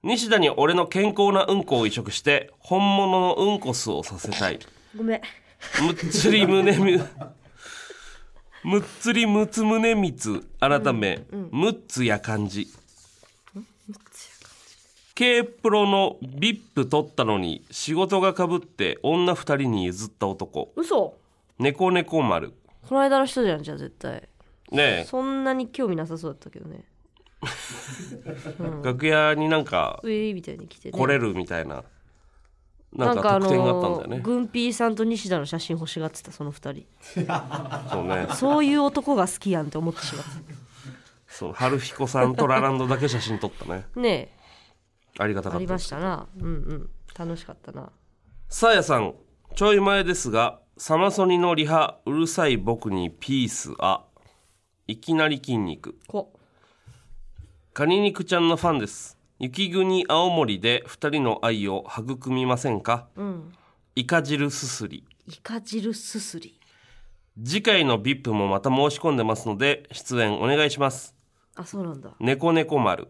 西田に俺の健康なうんこを移植して、本物のうんこ巣をさせたい。ごめんむっつりむねみ、むっつりむつむねみつ、改め、むっつや漢字。K プロの VIP 取ったのに仕事がかぶって女二人に譲った男嘘猫猫丸この間の人じゃんじゃあ絶対ねえそんなに興味なさそうだったけどね楽屋になんかウェイみたいに来てね来れるみたいな、ななんんかかあ特典があったんのだよね。グンピーさんと西田の写真欲しがってたその二人そうね。そういう男が好きやんって思ってしまっそう、春彦さんとラランドだけ写真撮ったね。たねえありがたかあっりたま。したなうんうん楽しかったなさあやさん、ちょい前ですが、サマソニのリハ、うるさい僕にピースあ。いきなり筋肉。こカニ肉ちゃんのファンです。雪国青森で二人の愛を育みませんか、イカ汁すすり。イカ汁すすり次回の VIP もまた申し込んでますので、出演お願いします。あそうなんだ猫猫丸。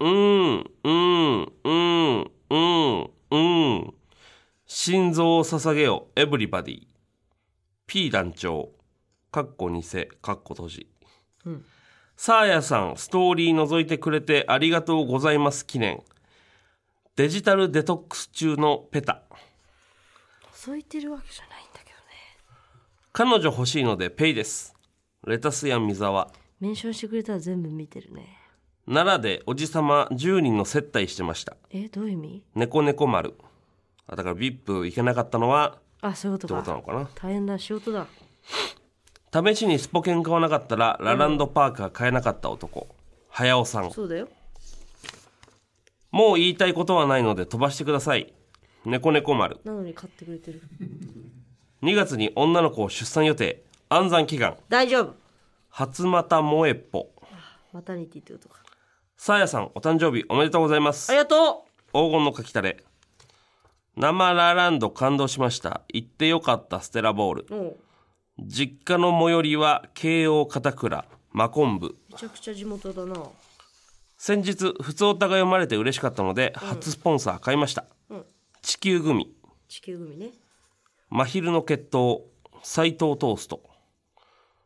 うーん、うーん、うーん、うーん、うーん。心臓を捧げよ、エブリバディ。P 団長。かっこ偽、かっこ閉じ。サーヤさん、ストーリー覗いてくれてありがとうございます記念。デジタルデトックス中のペタ。覗いてるわけじゃないんだけどね彼女欲しいのでペイです。レタスや水沢。メンションしてくれたら全部見てるね奈良でおじさま10人の接待してました。えどういう意味猫猫丸あだから VIP 行けなかったのはあそういうっこてとことなかのか大変だ仕事だな試しにスポケン買わなかったらラランドパーカー買えなかった男早尾さんそうだよもう言いたいことはないので飛ばしてください猫猫丸なのに買ってくれてる2月に女の子を出産予定安産祈願大丈夫初股萌えっぽマタニティってことかさあやさんお誕生日おめでとうございますありがと黄金のかきたれ生ラランド感動しました行ってよかったステラボールうも実家の最寄りは慶応片倉真昆布うめちゃくちゃ地元だな先日「ふつおた」が読まれて嬉しかったので、初スポンサー買いました、ん地球グミ地球組ね真昼の血糖斎藤トースト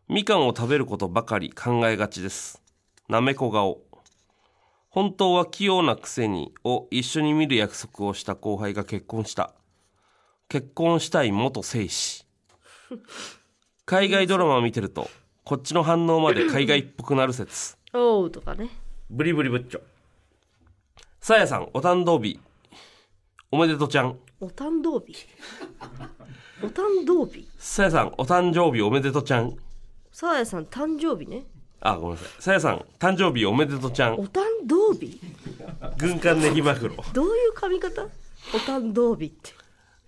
みかんを食べることばかり考えがちですなめこ顔本当は器用なくせにを一緒に見る約束をした後輩が結婚した結婚したい元精子海外ドラマを見てるとこっちの反応まで海外っぽくなる説おうとかねブリブリブッチョ。さやさん、お誕生日。おめでとちゃん。お誕生日 お誕生日さやさん、お誕生日おめでとちゃん。さあやさん誕生日ねあ、ごめんなさい。さやさん、誕生日おめでとちゃおん。誕生日軍艦ネギマグロ。どういう髪型お誕生日って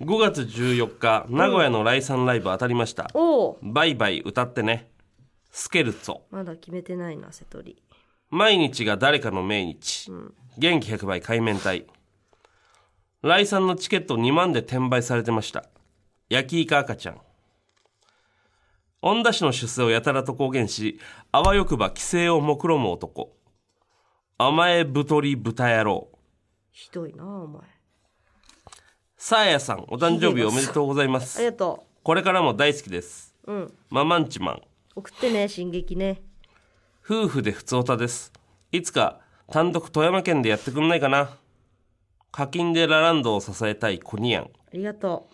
5月14日、名古屋の来山ライブ当たりました。おおバイバイ歌ってね。スケルツォ。まだ決めてないな瀬戸り毎日が誰かの命日。元気100倍海面体。来山のチケット2万で転売されてました。焼きイカ赤ちゃん。恩田市の出世をやたらと公言し、あわよくば規制を目論む男。甘え太り豚野郎。ひどいなお前さあやさん、お誕生日おめでとうございまありす。がとこれからも大好きです。ううんママンチマン。送ってね進撃ね夫婦で普通おたです。いつか単独富山県でやってくんないかな。課金でラランドを支えたいコニアン。ありがと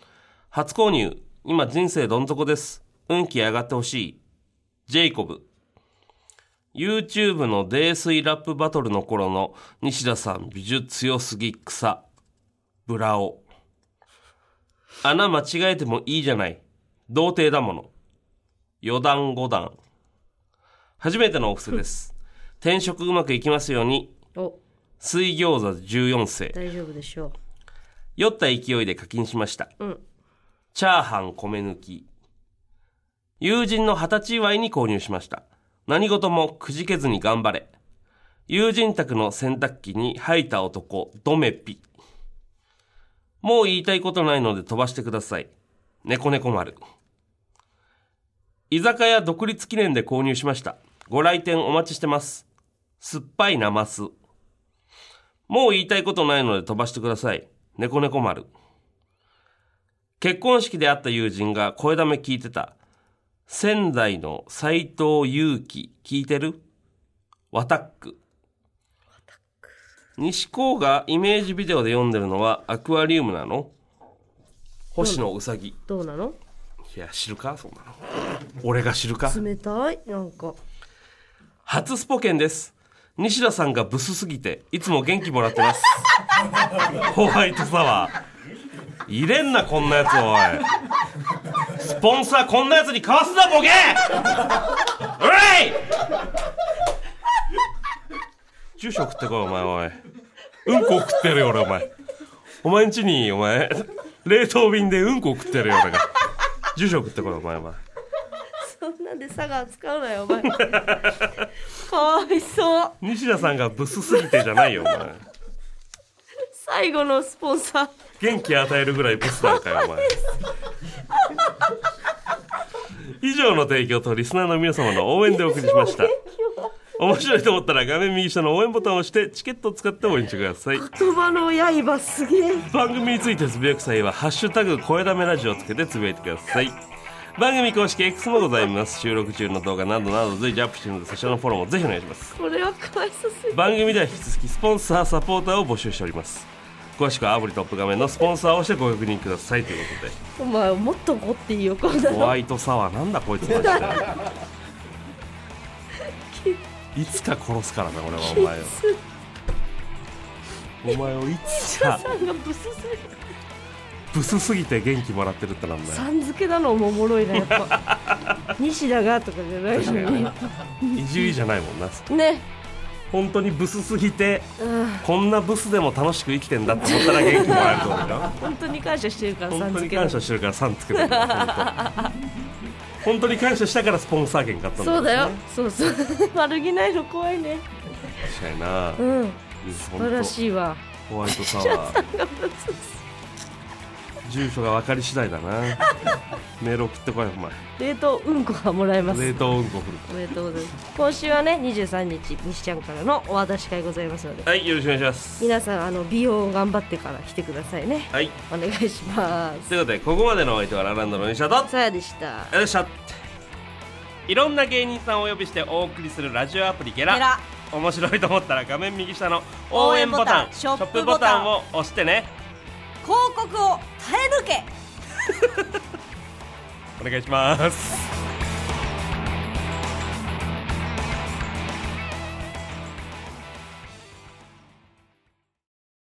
初購入。今人生どん底です。運気上がってほしい。ジェイコブ。YouTube の泥酔ラップバトルの頃の西田さん美術強すぎ草。ブラオ。穴間違えてもいいじゃない。童貞だもの。四段五段。初めてのお布施です。転職うまくいきますように。う。お、水餃子14世。大丈夫でしょ酔った勢いで課金しました。うんチャーハン米抜き。友人の二十歳祝いに購入しました。何事もくじけずに頑張れ。友人宅の洗濯機に吐いた男、ドメピ。もう言いたいことないので飛ばしてください。猫猫丸。居酒屋独立記念で購入しました。ご来店お待ちしてます。酸っぱいナマス。もう言いたいことないので飛ばしてください。猫猫丸。結婚式で会った友人が声だめ聞いてた。仙台の斎藤祐樹聞いてるワタック。西高がイメージビデオで読んでるのはアクアリウムなの星野うさぎ。う。どうなのいや、知るかそんなの。俺が知るか冷たいなんか。初スポケンです。西田さんがブスすぎて、いつも元気もらってます。ホワイトサワー。入れんな、こんなやつ、おい。スポンサー、こんなやつにかわすな、ボケおい住所送ってこい、お前、おい。うんこ食ってるよ、俺、お前。お前んちに、お前、冷凍便でうんこ食ってるよ、俺が。住所送ってこい、お前、お前。そんなんで佐賀使うなよ、お前。 かわいそう。西田さんがブスすぎてじゃないよ、お前。最後のスポンサー。元気与えるぐらいブスなんかよお前以上の提供とリスナーの皆様の応援でお送りしました面白いと思ったら画面右下の応援ボタンを押してチケットを使って応援してください言葉の刃すげえ。番組についてつぶやく際は「ハッシュタグ声だめラジオ」をつけてつぶやいてください番組公式 X もございます収録中の動画などなど随時アップしているのでそちらのフォローもぜひお願いしますこれはかわいそうすぎる。番組では引き続きスポンサーサポーターを募集しております詳しくはアプリトップ画面のスポンサーをしてご確認くださいということでお前、もっと怒っていいよ、こんなホの。ワイトサワーなんだこいつマジでいつか殺すからな俺はお前をお前をいつさかんがブスすぎる。ブスすぎて元気もらってるってなんだよさん付けなのもおもろいな、やっぱ。西田がとかじゃないのに。伊集院じゃないもんなね。本当にブスすぎてうんこんなブスでも楽しく生きてんだって思ったら元気もらえると思うよ本当に感謝してるから、さ本ん当付にけな感の。謝してるから3つけてるから本当本当に感謝したからスポンサー券買ったんだそうだよね。そうそう。悪気ないの怖いね。確かになうん。素素晴らしいわ。ホワイトサワー 住所が分かり次第だなメール送ってこいお前冷凍うんこがもらえます。冷凍うんこ振るおめでとうございます。今週はね、23日、西ちゃんからのお渡し会ございますので、はいよろしくお願いします皆さん、あの、美容を頑張ってから来てくださいね。はいお願いします。ということでここまでのお相手はラランドの西田とありがとさやでした。うございましたいろんな芸人さんをお呼びしてお送りするラジオアプリゲラゲラ面白いと思ったら画面右下の応援ボタン応援ボタンショップボタンを押してね広告を耐え抜けお願いします